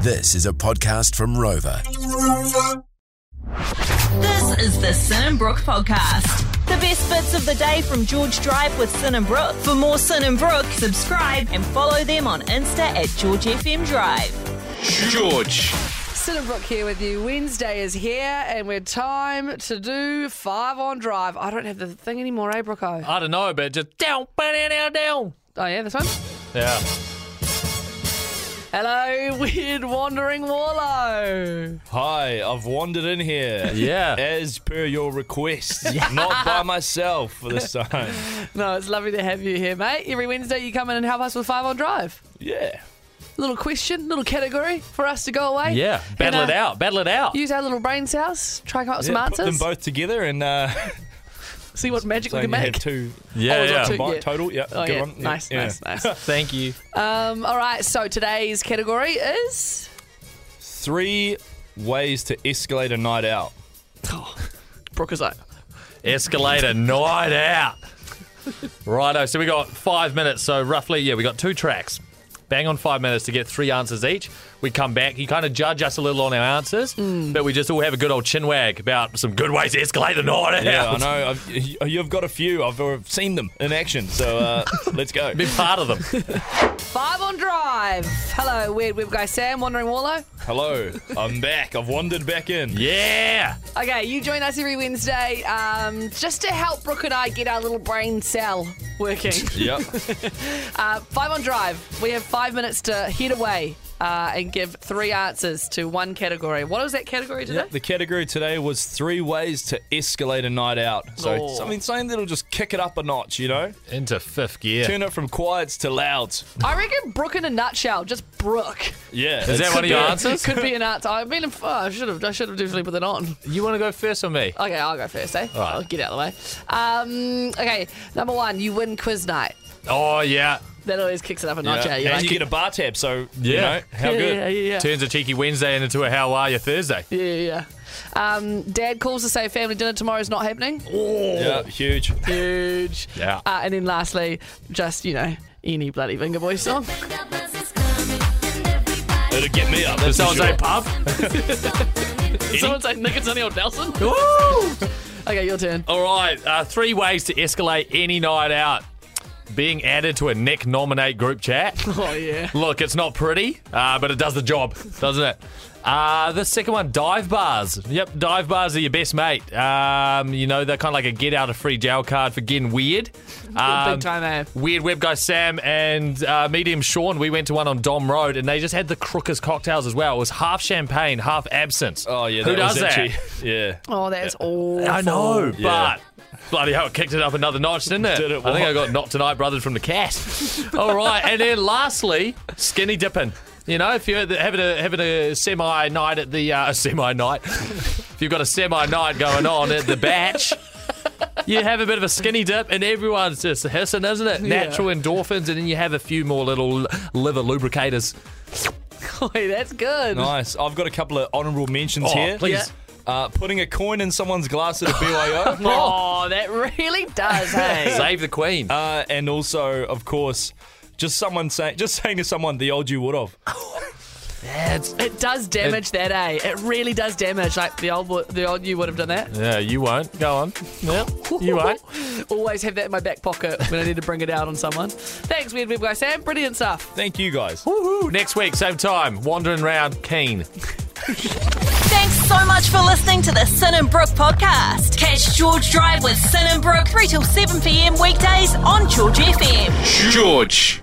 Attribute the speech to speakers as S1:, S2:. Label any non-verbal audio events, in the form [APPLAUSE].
S1: This is a podcast from Rover.
S2: This is the Sin and Brook podcast. The best bits of the day from George Drive with Sin and Brook. For more Sin and Brook, subscribe and follow them on Insta at George FM Drive.
S3: George.
S4: Cinnabrook here with you. Wednesday is here, and we're time to do five on drive. I don't have the thing anymore, eh, Brooko?
S3: I don't know, but just down, down, down, down.
S4: Oh yeah, this one.
S3: Yeah.
S4: Hello, [LAUGHS] weird wandering Warlow.
S5: Hi, I've wandered in here.
S3: Yeah.
S5: As per your request.
S3: [LAUGHS]
S5: Not by myself for this time.
S4: No, it's lovely to have you here, mate. Every Wednesday you come in and help us with five on drive.
S5: Yeah.
S4: Little question, little category for us to go away.
S3: Yeah.
S4: And,
S3: Battle it
S4: uh,
S3: out. Battle it out.
S4: Use our little brain cells, try and come up with
S5: yeah
S4: some
S5: put them
S4: answers,
S5: both together and uh,
S4: see what magic
S5: so
S4: we
S5: you
S4: can make.
S5: have two.
S3: Yeah,
S5: Oh, is that
S3: yeah.
S5: two combined
S4: Yeah.
S5: total. Yeah.
S4: Oh
S5: good
S4: yeah.
S5: one. Yeah,
S4: nice,
S5: yeah.
S4: nice, nice,
S3: Thank you.
S4: Um, all right, so today's category is
S5: Three ways to escalate a night out.
S4: oh, Brooker's like,
S3: Escalate a night out. Righto. So we got five minutes. So roughly, yeah, we got two tracks. Bang on five minutes to get three answers each. We come back. You kind of judge us a little on our answers, but we just all have a good old chin wag about some good ways to escalate a night
S5: Yeah,
S3: out.
S5: I know. I've, y- you've got a few. I've uh, seen them in action. So uh, [LAUGHS] let's
S3: [LAUGHS]
S5: go.
S3: Be part of [LAUGHS] them.
S4: Five on drive. Hello, weird web guy Sam, wandering Wallow.
S5: Hello. I'm back. I've wandered back in.
S3: Yeah.
S4: Okay, you join us every Wednesday um, just to help Brooke and I get our little brain cell working.
S5: Yep.
S4: Uh, five on drive. We have five minutes to head away uh, and give three answers to one category. What was that category today?
S5: The category today was three ways to escalate a night out. So
S4: Oh.
S5: something, something that'll just kick it up a notch, you know?
S3: Into fifth gear.
S5: Turn it from quiets to louds.
S4: I reckon Brooke in a nutshell, just Brooke.
S5: Yeah.
S3: Is that
S5: it's-
S3: one of your
S4: Yeah,
S3: answers?
S4: [LAUGHS] Could be an answer. I mean, if- oh, I should have. I should have definitely put that on.
S3: You want to go first or me?
S4: Okay, I'll go first. Eh?
S3: right.
S4: I'll get out of the way. Um, okay, number one, you win quiz night.
S3: Oh yeah.
S4: That always kicks it up a notch. Yeah,
S5: and
S4: you're like,
S5: you get a bar tab, so you
S3: Yeah.
S5: know how
S4: yeah,
S5: good.
S4: Yeah, yeah, yeah.
S3: Turns a cheeky Wednesday into a how are you Thursday.
S4: Yeah, yeah. yeah. Um, Dad calls to say family dinner tomorrow's not happening.
S3: Oh.
S5: Yeah, huge.
S4: Huge.
S3: Yeah.
S4: Uh, and then lastly, just you know, any bloody Vinga Boy song.
S5: It'll get me up.
S3: Does someone
S5: That's for
S3: say
S5: sure.
S3: pub?
S4: [LAUGHS] Someone say Nick and Sunny or Nelson. okay, your turn.
S3: All right. Uh, three ways to escalate any night out. Being added to a Nick nominate group chat.
S4: Oh yeah.
S3: [LAUGHS] Look, it's not pretty, uh, but it does the job, doesn't it? Uh, the second one, dive bars. Yep, dive bars are your best mate. Um, you know, they're kind of like a get out of free jail card for getting weird. Um,
S4: [LAUGHS] Big time, eh?
S3: Weird web guy Sam and uh, medium Sean, we went to one on Dom Road and they just had the crookest cocktails as well. It was half champagne, half absinthe.
S5: Oh yeah,
S3: who
S5: that
S3: does
S5: was
S3: that?
S5: actually- [LAUGHS] Yeah.
S4: Oh, that's all.
S3: I know,
S5: Yeah.
S3: but bloody hell, it kicked it up another notch, didn't it?
S5: Did it
S3: I think
S5: what?
S3: I got knocked tonight, brothers from the
S5: [LAUGHS]
S3: cat. All right, and then lastly, skinny dipping. You know, if you're having a having a semi night at the uh, semi night, if you've got a semi night going on at the batch. You have a bit of a skinny dip, and everyone's just hissing, isn't it?
S4: Yeah.
S3: Natural endorphins, and then you have a few more little liver lubricators.
S4: [LAUGHS] Boy, that's good.
S5: Nice. I've got a couple of honourable mentions
S3: Oh,
S5: here.
S3: please.
S5: Uh, putting a coin in someone's glass at a
S3: [LAUGHS]
S5: BYO,
S4: Oh, that really does, hey?
S3: Save the queen.
S5: uh, and also, of course, just someone saying, just saying to someone, the old you would have.
S3: That's-
S4: It does damage that, eh? It really does damage. Like the old, wo- the old you would have done that.
S3: yeah, you won't. Go on. Yeah, you won't.
S4: [LAUGHS] Always have that in my back pocket when I need to bring it out on someone. Thanks, Weird Web Guy Sam. Brilliant stuff.
S5: Thank you guys.
S3: Woohoo! Next week, same time, wandering round keen.
S2: Thanks so much for listening to the Sin and Brook podcast. Catch George Drive with Sin and Brook 3 till 7 p.m. weekdays on George FM.
S5: George.